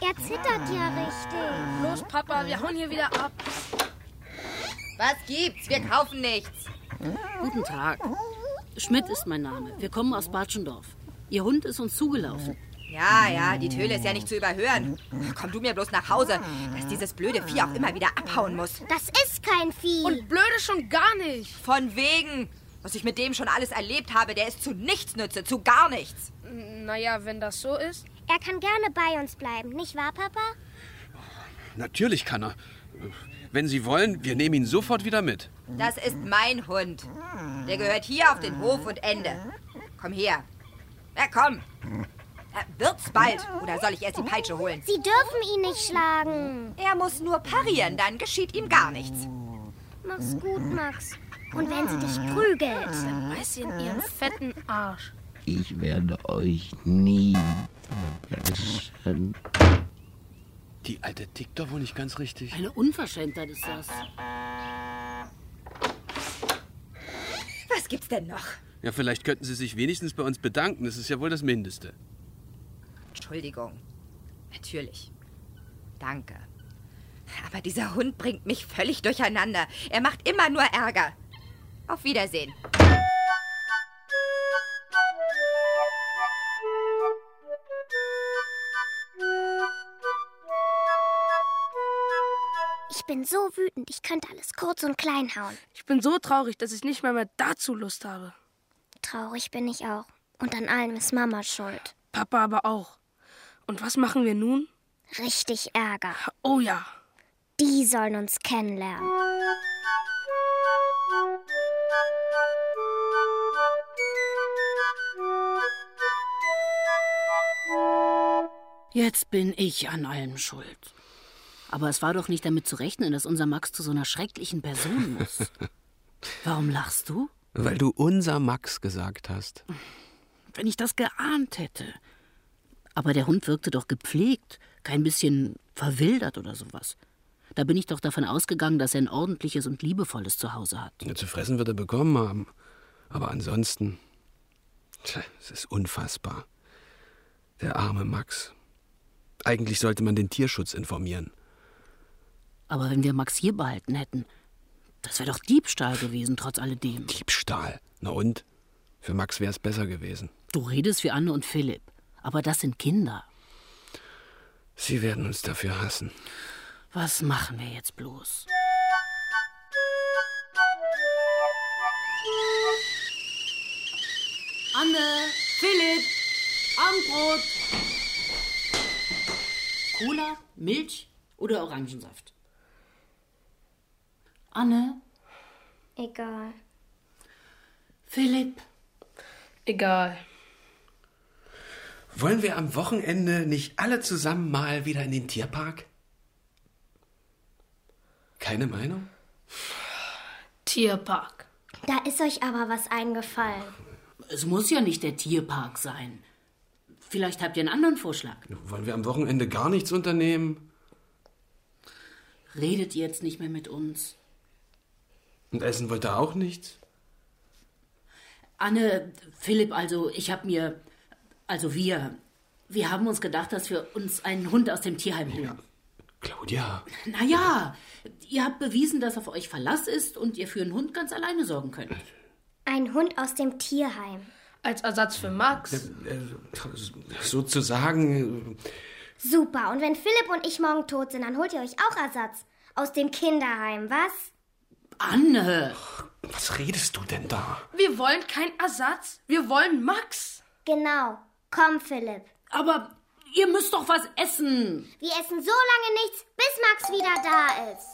[SPEAKER 2] Er zittert ja richtig.
[SPEAKER 4] Los, Papa, wir hauen hier wieder ab.
[SPEAKER 8] Was gibt's? Wir kaufen nichts.
[SPEAKER 7] Guten Tag. Schmidt ist mein Name. Wir kommen aus Batschendorf. Ihr Hund ist uns zugelaufen.
[SPEAKER 8] Ja, ja, die Töle ist ja nicht zu überhören. Komm du mir bloß nach Hause, dass dieses blöde Vieh auch immer wieder abhauen muss.
[SPEAKER 2] Das ist kein Vieh.
[SPEAKER 4] Und blöde schon gar nicht.
[SPEAKER 8] Von wegen. Was ich mit dem schon alles erlebt habe, der ist zu nichts nütze, zu gar nichts.
[SPEAKER 4] Naja, wenn das so ist.
[SPEAKER 2] er kann gerne bei uns bleiben, nicht wahr, Papa?
[SPEAKER 10] Natürlich kann er. Wenn Sie wollen, wir nehmen ihn sofort wieder mit.
[SPEAKER 8] Das ist mein Hund. Der gehört hier auf den Hof und Ende. Komm her. Na komm. Äh, Wird's bald oder soll ich erst die Peitsche holen?
[SPEAKER 2] Sie dürfen ihn nicht schlagen.
[SPEAKER 8] Er muss nur parieren, dann geschieht ihm gar nichts.
[SPEAKER 2] Mach's gut, Max. Und wenn sie dich prügelt.
[SPEAKER 4] Weiß sie in ihren fetten Arsch.
[SPEAKER 6] Ich werde euch nie vergessen.
[SPEAKER 10] Die alte tickt doch wohl nicht ganz richtig.
[SPEAKER 7] Eine Unverschämtheit ist das.
[SPEAKER 8] Was gibt's denn noch?
[SPEAKER 10] Ja, vielleicht könnten Sie sich wenigstens bei uns bedanken. Das ist ja wohl das Mindeste.
[SPEAKER 8] Entschuldigung. Natürlich. Danke. Aber dieser Hund bringt mich völlig durcheinander. Er macht immer nur Ärger. Auf Wiedersehen.
[SPEAKER 2] Ich bin so wütend, ich könnte alles kurz und klein hauen.
[SPEAKER 4] Ich bin so traurig, dass ich nicht mal mehr dazu Lust habe.
[SPEAKER 2] Traurig bin ich auch. Und an allem ist Mama schuld.
[SPEAKER 4] Papa aber auch. Und was machen wir nun?
[SPEAKER 2] Richtig Ärger.
[SPEAKER 4] Oh ja.
[SPEAKER 2] Die sollen uns kennenlernen.
[SPEAKER 7] Jetzt bin ich an allem schuld. Aber es war doch nicht damit zu rechnen, dass unser Max zu so einer schrecklichen Person muss. Warum lachst du?
[SPEAKER 5] Weil du unser Max gesagt hast.
[SPEAKER 7] Wenn ich das geahnt hätte. Aber der Hund wirkte doch gepflegt, kein bisschen verwildert oder sowas. Da bin ich doch davon ausgegangen, dass er ein ordentliches und liebevolles Zuhause hat.
[SPEAKER 5] Ja, zu fressen wird er bekommen haben. Aber ansonsten. Tja, es ist unfassbar. Der arme Max. Eigentlich sollte man den Tierschutz informieren.
[SPEAKER 7] Aber wenn wir Max hier behalten hätten, das wäre doch Diebstahl gewesen, trotz alledem.
[SPEAKER 5] Diebstahl. Na und? Für Max wäre es besser gewesen.
[SPEAKER 7] Du redest wie Anne und Philipp, aber das sind Kinder.
[SPEAKER 5] Sie werden uns dafür hassen.
[SPEAKER 7] Was machen wir jetzt bloß? Anne, Philipp, Abendbrot. Cola, Milch oder Orangensaft? Anne,
[SPEAKER 2] Egal.
[SPEAKER 7] Philipp,
[SPEAKER 4] Egal.
[SPEAKER 5] Wollen wir am Wochenende nicht alle zusammen mal wieder in den Tierpark? Keine Meinung?
[SPEAKER 4] Tierpark.
[SPEAKER 2] Da ist euch aber was eingefallen.
[SPEAKER 11] Es muss ja nicht der Tierpark sein. Vielleicht habt ihr einen anderen Vorschlag.
[SPEAKER 5] Wollen wir am Wochenende gar nichts unternehmen?
[SPEAKER 11] Redet ihr jetzt nicht mehr mit uns?
[SPEAKER 5] Und essen wollt ihr auch nichts?
[SPEAKER 11] Anne, Philipp, also ich habe mir, also wir, wir haben uns gedacht, dass wir uns einen Hund aus dem Tierheim holen.
[SPEAKER 5] Claudia.
[SPEAKER 11] Naja, ihr habt bewiesen, dass auf euch Verlass ist und ihr für einen Hund ganz alleine sorgen könnt.
[SPEAKER 2] Ein Hund aus dem Tierheim.
[SPEAKER 4] Als Ersatz für Max.
[SPEAKER 5] Äh, Sozusagen. äh,
[SPEAKER 2] Super, und wenn Philipp und ich morgen tot sind, dann holt ihr euch auch Ersatz. Aus dem Kinderheim, was?
[SPEAKER 11] Anne!
[SPEAKER 5] Was redest du denn da?
[SPEAKER 4] Wir wollen keinen Ersatz. Wir wollen Max.
[SPEAKER 2] Genau. Komm, Philipp.
[SPEAKER 11] Aber ihr müsst doch was essen.
[SPEAKER 2] Wir essen so lange nichts, bis Max wieder da ist.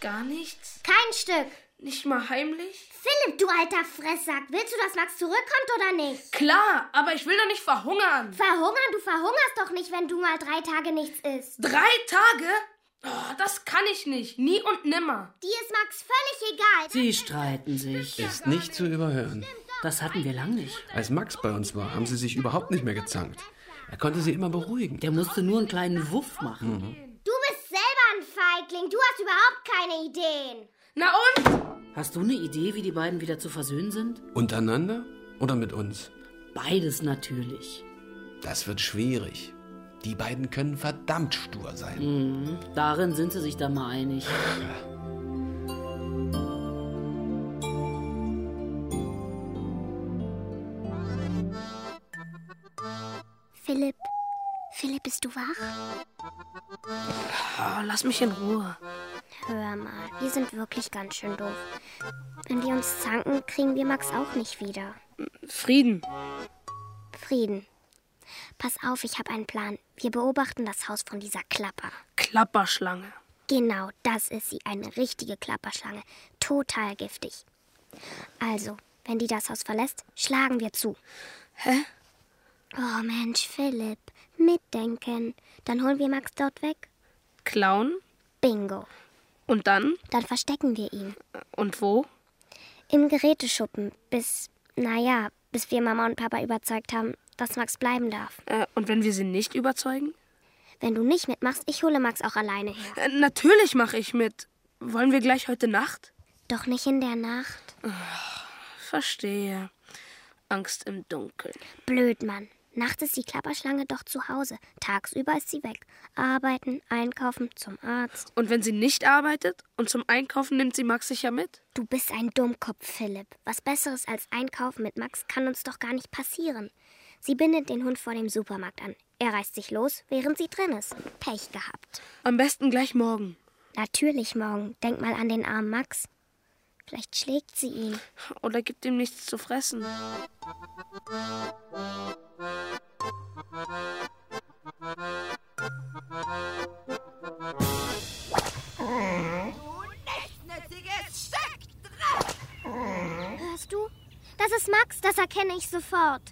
[SPEAKER 4] Gar nichts?
[SPEAKER 2] Kein Stück.
[SPEAKER 4] Nicht mal heimlich?
[SPEAKER 2] Philipp, du alter Fresssack, willst du, dass Max zurückkommt oder nicht?
[SPEAKER 4] Klar, aber ich will doch nicht verhungern.
[SPEAKER 2] Verhungern? Du verhungerst doch nicht, wenn du mal drei Tage nichts isst.
[SPEAKER 4] Drei Tage? Oh, das kann ich nicht. Nie und nimmer.
[SPEAKER 2] Dir ist Max völlig egal.
[SPEAKER 11] Sie streiten sich.
[SPEAKER 5] Ist nicht zu überhören.
[SPEAKER 11] Das hatten wir lang nicht.
[SPEAKER 5] Als Max bei uns war, haben sie sich überhaupt nicht mehr gezankt. Er konnte sie immer beruhigen.
[SPEAKER 11] Der musste nur einen kleinen Wuff machen.
[SPEAKER 2] Du bist selber ein Feigling. Du hast überhaupt keine Ideen.
[SPEAKER 4] Na und?
[SPEAKER 11] Hast du eine Idee, wie die beiden wieder zu versöhnen sind?
[SPEAKER 5] Untereinander oder mit uns?
[SPEAKER 11] Beides natürlich.
[SPEAKER 5] Das wird schwierig. Die beiden können verdammt stur sein.
[SPEAKER 11] Darin sind sie sich da mal einig.
[SPEAKER 2] Philipp. Philipp, bist du wach?
[SPEAKER 4] Oh, lass mich in Ruhe.
[SPEAKER 2] Hör mal, wir sind wirklich ganz schön doof. Wenn wir uns zanken, kriegen wir Max auch nicht wieder.
[SPEAKER 4] Frieden.
[SPEAKER 2] Frieden. Pass auf, ich habe einen Plan. Wir beobachten das Haus von dieser Klapper.
[SPEAKER 4] Klapperschlange.
[SPEAKER 2] Genau, das ist sie, eine richtige Klapperschlange. Total giftig. Also, wenn die das Haus verlässt, schlagen wir zu.
[SPEAKER 4] Hä?
[SPEAKER 2] Oh Mensch, Philipp, mitdenken. Dann holen wir Max dort weg.
[SPEAKER 4] Klauen.
[SPEAKER 2] Bingo.
[SPEAKER 4] Und dann?
[SPEAKER 2] Dann verstecken wir ihn.
[SPEAKER 4] Und wo?
[SPEAKER 2] Im Geräteschuppen, bis, naja, bis wir Mama und Papa überzeugt haben, dass Max bleiben darf.
[SPEAKER 4] Äh, und wenn wir sie nicht überzeugen?
[SPEAKER 2] Wenn du nicht mitmachst, ich hole Max auch alleine her.
[SPEAKER 4] Äh, natürlich mache ich mit. Wollen wir gleich heute Nacht?
[SPEAKER 2] Doch nicht in der Nacht.
[SPEAKER 4] Verstehe. Angst im Dunkeln.
[SPEAKER 2] Blöd, Mann. Nachts ist die Klapperschlange doch zu Hause. Tagsüber ist sie weg. Arbeiten, einkaufen, zum Arzt.
[SPEAKER 4] Und wenn sie nicht arbeitet und zum Einkaufen nimmt sie Max sicher mit?
[SPEAKER 2] Du bist ein Dummkopf, Philipp. Was Besseres als Einkaufen mit Max kann uns doch gar nicht passieren. Sie bindet den Hund vor dem Supermarkt an. Er reißt sich los, während sie drin ist. Pech gehabt.
[SPEAKER 4] Am besten gleich morgen.
[SPEAKER 2] Natürlich morgen. Denk mal an den armen Max. Vielleicht schlägt sie ihn.
[SPEAKER 4] Oder gibt ihm nichts zu fressen.
[SPEAKER 12] Nichtsnütziges Stück drauf!
[SPEAKER 2] Hörst du? Das ist Max, das erkenne ich sofort.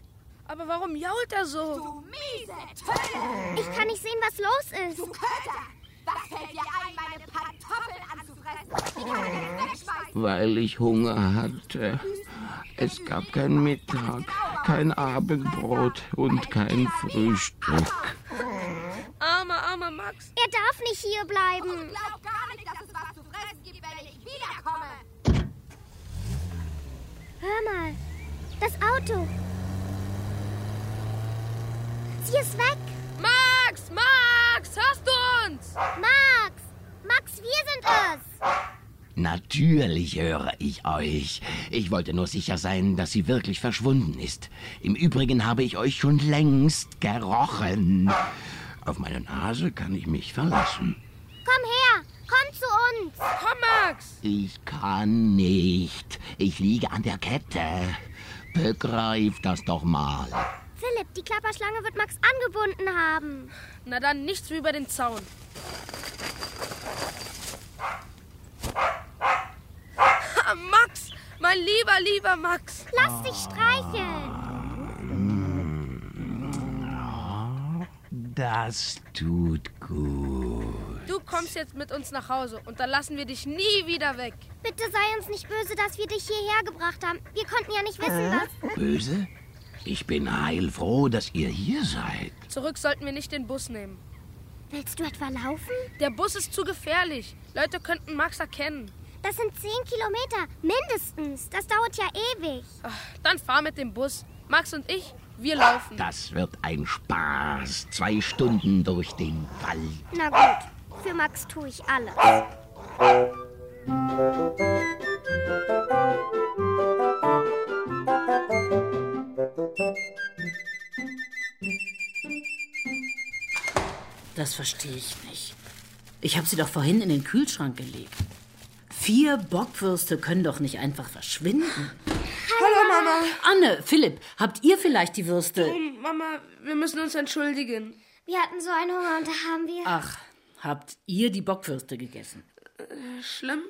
[SPEAKER 4] Aber warum jault er so?
[SPEAKER 12] Du miese Töne!
[SPEAKER 2] Ich kann nicht sehen, was los ist.
[SPEAKER 12] Du Köter! Was fällt dir ein, meine Pantoffeln anzufressen? Die kann ich jetzt wegschmeißen!
[SPEAKER 6] weil ich Hunger hatte. Es gab kein Mittag, kein Abendbrot und kein Frühstück.
[SPEAKER 4] Armer, armer Max.
[SPEAKER 2] Er darf nicht hier bleiben.
[SPEAKER 12] Glaub gar nicht, dass es was zu fressen gibt, wenn ich wiederkomme!
[SPEAKER 2] Hör mal, das Auto. Sie ist weg.
[SPEAKER 4] Max, Max, hörst du uns?
[SPEAKER 2] Max, Max, wir sind es.
[SPEAKER 6] Natürlich höre ich euch. Ich wollte nur sicher sein, dass sie wirklich verschwunden ist. Im Übrigen habe ich euch schon längst gerochen. Auf meine Nase kann ich mich verlassen.
[SPEAKER 2] Komm her, komm zu uns.
[SPEAKER 4] Komm, Max.
[SPEAKER 6] Ich kann nicht. Ich liege an der Kette. Begreift das doch mal.
[SPEAKER 2] Philipp, die Klapperschlange wird Max angebunden haben.
[SPEAKER 4] Na dann nichts wie über den Zaun. Ha, Max, mein lieber, lieber Max.
[SPEAKER 2] Lass dich streicheln.
[SPEAKER 6] Das tut gut.
[SPEAKER 4] Du kommst jetzt mit uns nach Hause und dann lassen wir dich nie wieder weg.
[SPEAKER 2] Bitte sei uns nicht böse, dass wir dich hierher gebracht haben. Wir konnten ja nicht wissen, dass...
[SPEAKER 6] Böse? Ich bin heilfroh, dass ihr hier seid.
[SPEAKER 4] Zurück sollten wir nicht den Bus nehmen.
[SPEAKER 2] Willst du etwa laufen?
[SPEAKER 4] Der Bus ist zu gefährlich. Leute könnten Max erkennen.
[SPEAKER 2] Das sind zehn Kilometer, mindestens. Das dauert ja ewig.
[SPEAKER 4] Dann fahr mit dem Bus. Max und ich, wir laufen.
[SPEAKER 6] Das wird ein Spaß. Zwei Stunden durch den Wald.
[SPEAKER 2] Na gut, für Max tue ich alles.
[SPEAKER 7] Das verstehe ich nicht. Ich habe sie doch vorhin in den Kühlschrank gelegt. Vier Bockwürste können doch nicht einfach verschwinden.
[SPEAKER 4] Hallo, Mama.
[SPEAKER 7] Anne, Philipp, habt ihr vielleicht die Würste?
[SPEAKER 4] Mama, wir müssen uns entschuldigen.
[SPEAKER 2] Wir hatten so einen Hunger und da haben wir...
[SPEAKER 7] Ach, habt ihr die Bockwürste gegessen?
[SPEAKER 4] Schlimm?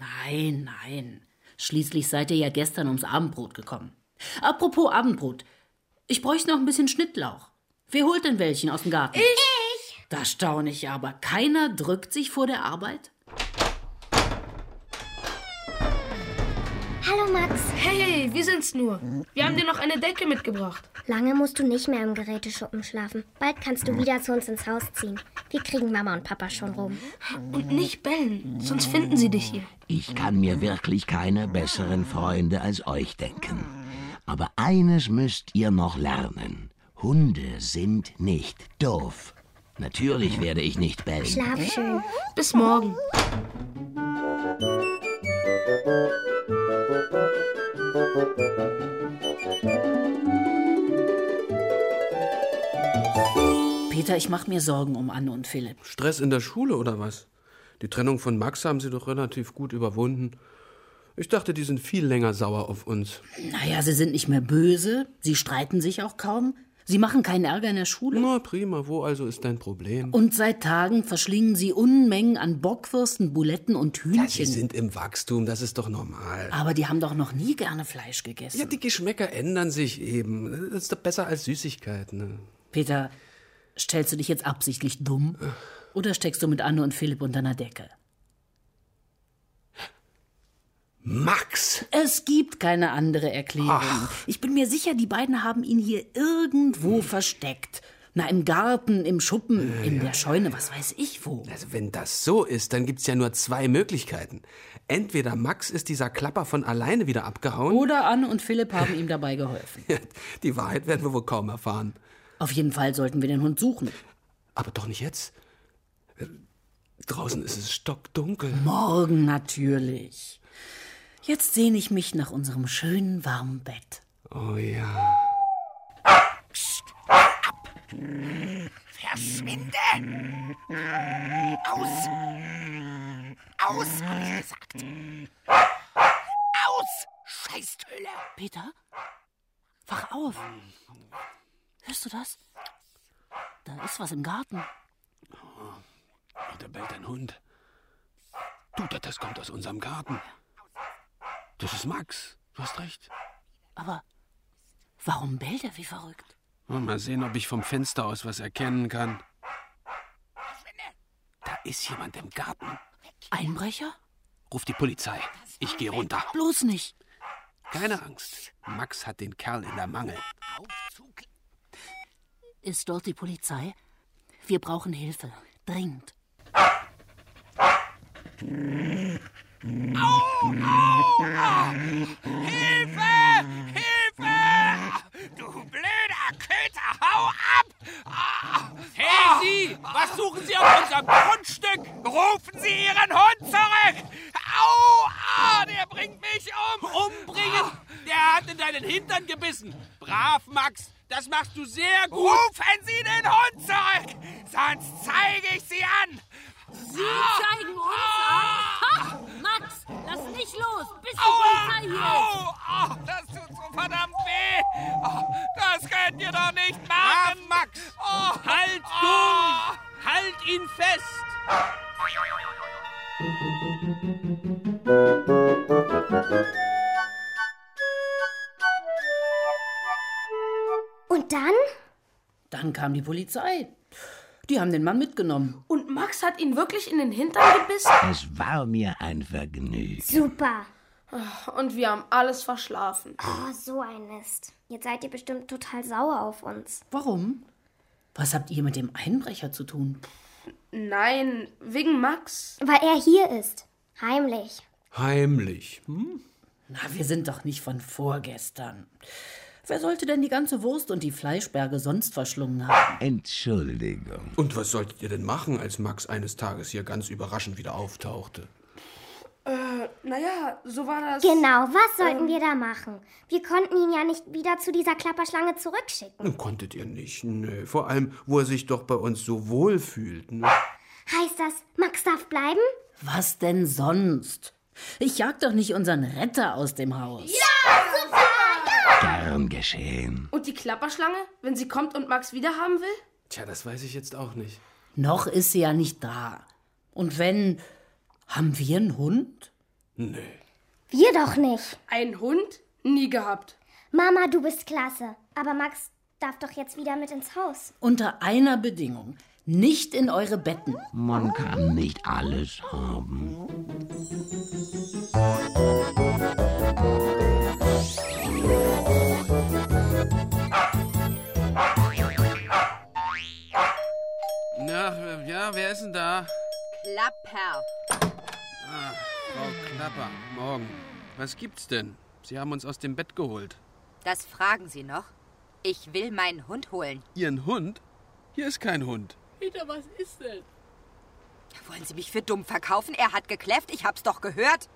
[SPEAKER 7] Nein, nein. Schließlich seid ihr ja gestern ums Abendbrot gekommen. Apropos Abendbrot. Ich bräuchte noch ein bisschen Schnittlauch. Wer holt denn welchen aus dem Garten?
[SPEAKER 2] Ich!
[SPEAKER 7] Da staune ich aber. Keiner drückt sich vor der Arbeit?
[SPEAKER 2] Hallo, Max.
[SPEAKER 4] Hey, wir sind's nur. Wir haben dir noch eine Decke mitgebracht.
[SPEAKER 2] Lange musst du nicht mehr im Geräteschuppen schlafen. Bald kannst du wieder zu uns ins Haus ziehen. Wir kriegen Mama und Papa schon rum.
[SPEAKER 4] Und nicht bellen, sonst finden sie dich hier.
[SPEAKER 6] Ich kann mir wirklich keine besseren Freunde als euch denken. Aber eines müsst ihr noch lernen. Hunde sind nicht doof. Natürlich werde ich nicht bellen.
[SPEAKER 2] Schlaf schön.
[SPEAKER 4] Bis morgen.
[SPEAKER 7] Peter, ich mache mir Sorgen um Anne und Philipp.
[SPEAKER 5] Stress in der Schule oder was? Die Trennung von Max haben sie doch relativ gut überwunden. Ich dachte, die sind viel länger sauer auf uns.
[SPEAKER 7] Naja, sie sind nicht mehr böse, sie streiten sich auch kaum, sie machen keinen Ärger in der Schule.
[SPEAKER 5] Na prima, wo also ist dein Problem?
[SPEAKER 7] Und seit Tagen verschlingen sie Unmengen an Bockwürsten, Buletten und
[SPEAKER 5] Sie
[SPEAKER 7] Hühnchen.
[SPEAKER 5] sind im Wachstum, das ist doch normal.
[SPEAKER 7] Aber die haben doch noch nie gerne Fleisch gegessen.
[SPEAKER 5] Ja, die Geschmäcker ändern sich eben. Das ist doch besser als Süßigkeiten. Ne?
[SPEAKER 7] Peter, stellst du dich jetzt absichtlich dumm? Oder steckst du mit Anne und Philipp unter einer Decke?
[SPEAKER 5] Max!
[SPEAKER 7] Es gibt keine andere Erklärung. Ich bin mir sicher, die beiden haben ihn hier irgendwo versteckt. Na, im Garten, im Schuppen, in der Scheune, was weiß ich wo.
[SPEAKER 5] Also wenn das so ist, dann gibt's ja nur zwei Möglichkeiten. Entweder Max ist dieser Klapper von alleine wieder abgehauen.
[SPEAKER 7] Oder Anne und Philipp haben ihm dabei geholfen.
[SPEAKER 5] Die Wahrheit werden wir wohl kaum erfahren.
[SPEAKER 7] Auf jeden Fall sollten wir den Hund suchen.
[SPEAKER 5] Aber doch nicht jetzt. Äh, Draußen ist es stockdunkel.
[SPEAKER 7] Morgen natürlich. Jetzt sehne ich mich nach unserem schönen warmen Bett.
[SPEAKER 5] Oh ja.
[SPEAKER 13] Verschwinde! Aus! Aus, hab ich gesagt! Aus! Scheißhülle!
[SPEAKER 7] Peter? Wach auf! Hörst du das? Da ist was im Garten.
[SPEAKER 14] Und da bellt ein Hund. Du, das- das kommt aus unserem Garten. Das ist Max. Du hast recht.
[SPEAKER 7] Aber warum bellt er wie verrückt?
[SPEAKER 14] Mal sehen, ob ich vom Fenster aus was erkennen kann. Da ist jemand im Garten.
[SPEAKER 7] Einbrecher?
[SPEAKER 14] Ruf die Polizei. Ich gehe runter.
[SPEAKER 7] Bloß nicht.
[SPEAKER 14] Keine Angst. Max hat den Kerl in der Mangel.
[SPEAKER 7] Ist dort die Polizei? Wir brauchen Hilfe. Dringend.
[SPEAKER 8] Ah, Hey, Sie! Was suchen Sie auf unserem Grundstück? Rufen Sie Ihren Hund zurück! Au! Ah, der bringt mich um! Umbringen? Der hat in deinen Hintern gebissen. Brav, Max. Das machst du sehr gut. Rufen Sie den Hund zurück! Sonst zeige ich Sie an!
[SPEAKER 15] Sie zeigen uns an. Ha! Max, lass nicht los, bis die Polizei hier ist.
[SPEAKER 8] Au! Ah, das tut so verdammt weh! Ah, das könnt ihr doch nicht machen! Max! halt durch! Halt ihn fest!
[SPEAKER 2] Und dann?
[SPEAKER 7] Dann kam die Polizei. Die haben den Mann mitgenommen.
[SPEAKER 4] Und Max hat ihn wirklich in den Hintern gebissen?
[SPEAKER 6] Es war mir ein Vergnügen.
[SPEAKER 2] Super.
[SPEAKER 4] Und wir haben alles verschlafen.
[SPEAKER 2] Oh, so ein Mist. Jetzt seid ihr bestimmt total sauer auf uns.
[SPEAKER 7] Warum? Was habt ihr mit dem Einbrecher zu tun?
[SPEAKER 4] Nein, wegen Max.
[SPEAKER 2] Weil er hier ist. Heimlich.
[SPEAKER 5] Heimlich. Hm?
[SPEAKER 7] Na, wir sind doch nicht von vorgestern. Wer sollte denn die ganze Wurst und die Fleischberge sonst verschlungen haben?
[SPEAKER 6] Entschuldigung.
[SPEAKER 5] Und was solltet ihr denn machen, als Max eines Tages hier ganz überraschend wieder auftauchte?
[SPEAKER 4] Äh, naja, so war das.
[SPEAKER 2] Genau, was sollten wir da machen? Wir konnten ihn ja nicht wieder zu dieser Klapperschlange zurückschicken.
[SPEAKER 5] Nun Konntet ihr nicht, nö. Vor allem, wo er sich doch bei uns so wohl fühlt, ne?
[SPEAKER 2] Heißt das, Max darf bleiben?
[SPEAKER 7] Was denn sonst? Ich jag doch nicht unseren Retter aus dem Haus.
[SPEAKER 6] Gern geschehen.
[SPEAKER 4] Und die Klapperschlange, wenn sie kommt und Max wiederhaben will?
[SPEAKER 5] Tja, das weiß ich jetzt auch nicht.
[SPEAKER 7] Noch ist sie ja nicht da. Und wenn. Haben wir einen Hund?
[SPEAKER 5] Nö.
[SPEAKER 2] Wir doch nicht.
[SPEAKER 4] Ein Hund? Nie gehabt.
[SPEAKER 2] Mama, du bist klasse. Aber Max darf doch jetzt wieder mit ins Haus.
[SPEAKER 7] Unter einer Bedingung. Nicht in eure Betten.
[SPEAKER 6] Man kann nicht alles haben.
[SPEAKER 8] Na, ja, wer ist denn da?
[SPEAKER 12] Klapper.
[SPEAKER 5] Ah, Frau Klapper, morgen. Was gibt's denn? Sie haben uns aus dem Bett geholt.
[SPEAKER 12] Das fragen Sie noch. Ich will meinen Hund holen.
[SPEAKER 5] Ihren Hund? Hier ist kein Hund.
[SPEAKER 16] Peter, was ist denn?
[SPEAKER 12] Wollen Sie mich für dumm verkaufen? Er hat gekläfft, ich hab's doch gehört.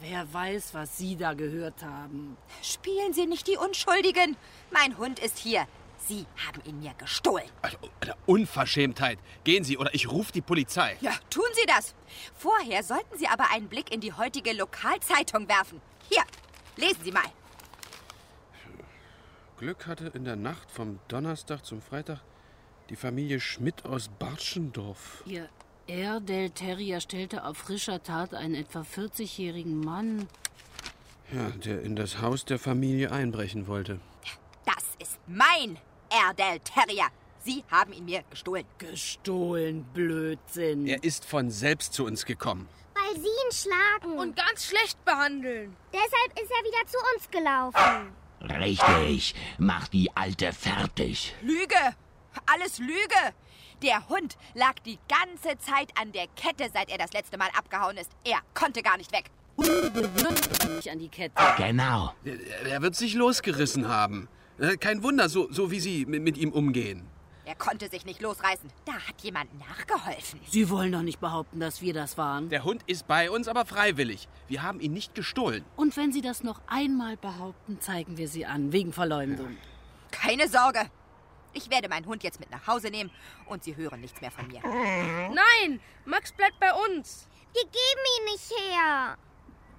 [SPEAKER 7] Wer weiß, was Sie da gehört haben.
[SPEAKER 12] Spielen Sie nicht die Unschuldigen. Mein Hund ist hier. Sie haben ihn mir gestohlen.
[SPEAKER 17] Also, Alter, Unverschämtheit. Gehen Sie oder ich rufe die Polizei.
[SPEAKER 12] Ja, tun Sie das. Vorher sollten Sie aber einen Blick in die heutige Lokalzeitung werfen. Hier, lesen Sie mal.
[SPEAKER 5] Glück hatte in der Nacht vom Donnerstag zum Freitag die Familie Schmidt aus Bartschendorf.
[SPEAKER 11] Ihr Erdel Terrier stellte auf frischer Tat einen etwa 40-jährigen Mann.
[SPEAKER 5] Ja, der in das Haus der Familie einbrechen wollte.
[SPEAKER 12] Das ist mein Erdel Terrier. Sie haben ihn mir gestohlen.
[SPEAKER 7] Gestohlen, Blödsinn.
[SPEAKER 17] Er ist von selbst zu uns gekommen.
[SPEAKER 2] Weil sie ihn schlagen.
[SPEAKER 4] Und ganz schlecht behandeln.
[SPEAKER 2] Deshalb ist er wieder zu uns gelaufen.
[SPEAKER 6] Richtig. Mach die Alte fertig.
[SPEAKER 12] Lüge! Alles Lüge! Der Hund lag die ganze Zeit an der Kette, seit er das letzte Mal abgehauen ist. Er konnte gar nicht weg.
[SPEAKER 11] Mich an die Kette.
[SPEAKER 6] Genau.
[SPEAKER 17] Er, er wird sich losgerissen haben. Äh, Kein Wunder, so, so wie Sie mit, mit ihm umgehen.
[SPEAKER 12] Er konnte sich nicht losreißen. Da hat jemand nachgeholfen.
[SPEAKER 11] Sie wollen doch nicht behaupten, dass wir das waren.
[SPEAKER 17] Der Hund ist bei uns, aber freiwillig. Wir haben ihn nicht gestohlen.
[SPEAKER 11] Und wenn Sie das noch einmal behaupten, zeigen wir Sie an, wegen Verleumdung.
[SPEAKER 12] Keine Sorge. Ich werde meinen Hund jetzt mit nach Hause nehmen und Sie hören nichts mehr von mir.
[SPEAKER 4] Nein, Max bleibt bei uns.
[SPEAKER 2] Wir geben ihn nicht her.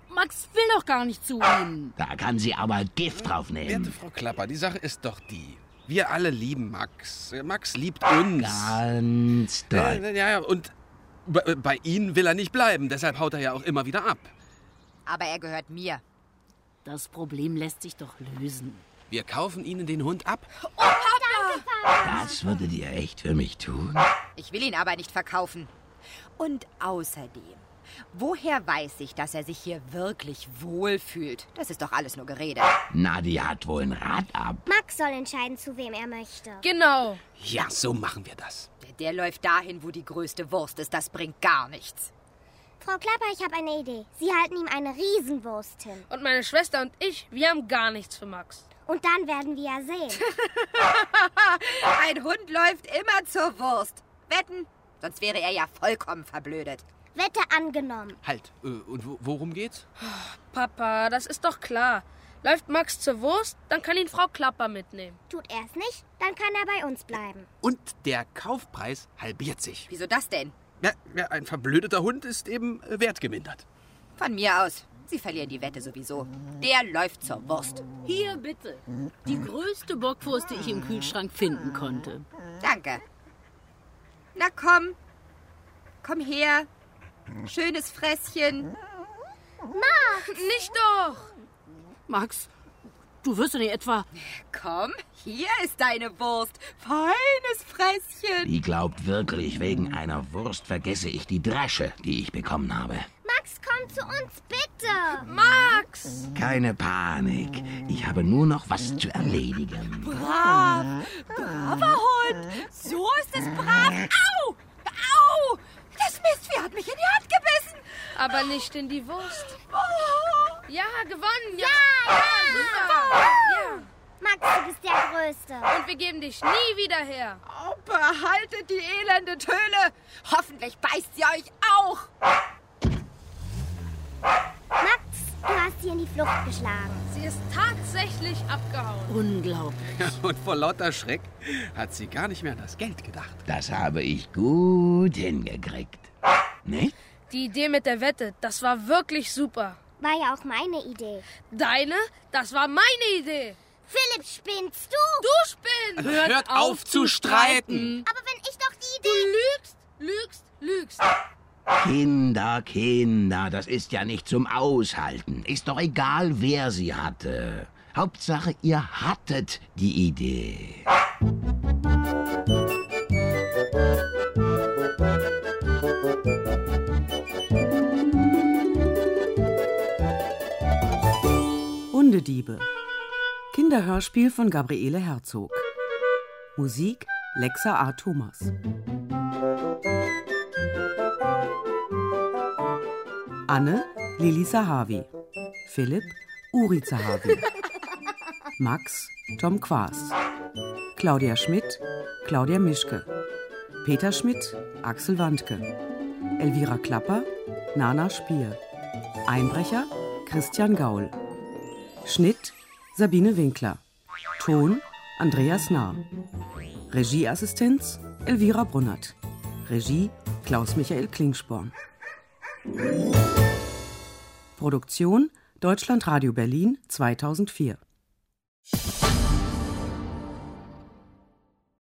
[SPEAKER 11] Max will doch gar nicht zu Ihnen.
[SPEAKER 6] Da kann sie aber Gift
[SPEAKER 17] Werte
[SPEAKER 6] draufnehmen.
[SPEAKER 17] Frau Klapper, die Sache ist doch die. Wir alle lieben Max. Äh, Max liebt uns.
[SPEAKER 6] Ganz
[SPEAKER 17] Ja,
[SPEAKER 6] toll.
[SPEAKER 17] ja, ja, und bei, äh, bei Ihnen will er nicht bleiben, deshalb haut er ja auch immer wieder ab.
[SPEAKER 12] Aber er gehört mir.
[SPEAKER 11] Das Problem lässt sich doch lösen.
[SPEAKER 17] Wir kaufen Ihnen den Hund ab.
[SPEAKER 6] Das würdet ihr echt für mich tun?
[SPEAKER 12] Ich will ihn aber nicht verkaufen. Und außerdem, woher weiß ich, dass er sich hier wirklich wohlfühlt? Das ist doch alles nur Gerede.
[SPEAKER 6] Nadia hat wohl ein Rad ab.
[SPEAKER 2] Max soll entscheiden, zu wem er möchte.
[SPEAKER 4] Genau.
[SPEAKER 17] Ja, so machen wir das.
[SPEAKER 12] Der, der läuft dahin, wo die größte Wurst ist. Das bringt gar nichts.
[SPEAKER 2] Frau Klapper, ich habe eine Idee. Sie halten ihm eine Riesenwurst hin.
[SPEAKER 4] Und meine Schwester und ich, wir haben gar nichts für Max.
[SPEAKER 2] Und dann werden wir ja sehen.
[SPEAKER 12] Ein Hund läuft immer zur Wurst. Wetten? Sonst wäre er ja vollkommen verblödet.
[SPEAKER 2] Wette angenommen.
[SPEAKER 17] Halt, äh, und wo- worum geht's?
[SPEAKER 4] Papa, das ist doch klar. Läuft Max zur Wurst, dann kann ihn Frau Klapper mitnehmen.
[SPEAKER 2] Tut er es nicht, dann kann er bei uns bleiben.
[SPEAKER 17] Und der Kaufpreis halbiert sich.
[SPEAKER 12] Wieso das denn?
[SPEAKER 17] Ja, ja, ein verblödeter Hund ist eben äh, wertgemindert.
[SPEAKER 12] Von mir aus. Sie verlieren die Wette sowieso. Der läuft zur Wurst.
[SPEAKER 11] Hier bitte. Die größte Bockwurst, die ich im Kühlschrank finden konnte.
[SPEAKER 12] Danke. Na komm. Komm her. Schönes Fresschen.
[SPEAKER 4] Nicht doch.
[SPEAKER 11] Max, Du wirst doch nicht etwa.
[SPEAKER 12] Komm, hier ist deine Wurst. Feines Fresschen.
[SPEAKER 6] Die glaubt wirklich, wegen einer Wurst vergesse ich die Dresche, die ich bekommen habe.
[SPEAKER 2] Max, komm zu uns, bitte!
[SPEAKER 4] Max!
[SPEAKER 6] Keine Panik. Ich habe nur noch was zu erledigen.
[SPEAKER 12] Brav. Braver Hund. So ist es brav. Au! Au! Das Mistvieh hat mich in die Hand gebissen.
[SPEAKER 4] Aber nicht in die Wurst.
[SPEAKER 12] Oh.
[SPEAKER 4] Ja, gewonnen. Ja,
[SPEAKER 2] Ja, ja.
[SPEAKER 4] super.
[SPEAKER 2] Max, du bist der Größte.
[SPEAKER 4] Ja. Und wir geben dich nie wieder her.
[SPEAKER 12] Oh, behaltet die elende Töle. Hoffentlich beißt sie euch auch.
[SPEAKER 2] Max, du hast sie in die Flucht geschlagen.
[SPEAKER 4] Sie ist tatsächlich abgehauen.
[SPEAKER 11] Unglaublich.
[SPEAKER 17] Und vor lauter Schreck hat sie gar nicht mehr an das Geld gedacht.
[SPEAKER 6] Das habe ich gut hingekriegt. Nicht?
[SPEAKER 4] Die Idee mit der Wette, das war wirklich super.
[SPEAKER 2] War ja auch meine Idee.
[SPEAKER 4] Deine, das war meine Idee.
[SPEAKER 2] Philipp, spinnst du?
[SPEAKER 4] Du spinnst.
[SPEAKER 17] Hört auf zu streiten.
[SPEAKER 2] Aber wenn ich doch die
[SPEAKER 4] Du
[SPEAKER 2] Idee...
[SPEAKER 4] lügst, lügst, lügst.
[SPEAKER 6] Kinder, Kinder, das ist ja nicht zum Aushalten. Ist doch egal, wer sie hatte. Hauptsache, ihr hattet die Idee.
[SPEAKER 3] Hundediebe. Kinderhörspiel von Gabriele Herzog. Musik Lexa A. Thomas. Anne Lili Sahavi. Philipp Uri Sahavi. Max Tom Quas. Claudia Schmidt Claudia Mischke. Peter Schmidt Axel Wandke. Elvira Klapper Nana Spier. Einbrecher Christian Gaul. Schnitt Sabine Winkler. Ton Andreas Nahr. Regieassistenz Elvira Brunnert. Regie Klaus-Michael Klingsporn. Produktion Deutschlandradio Berlin 2004.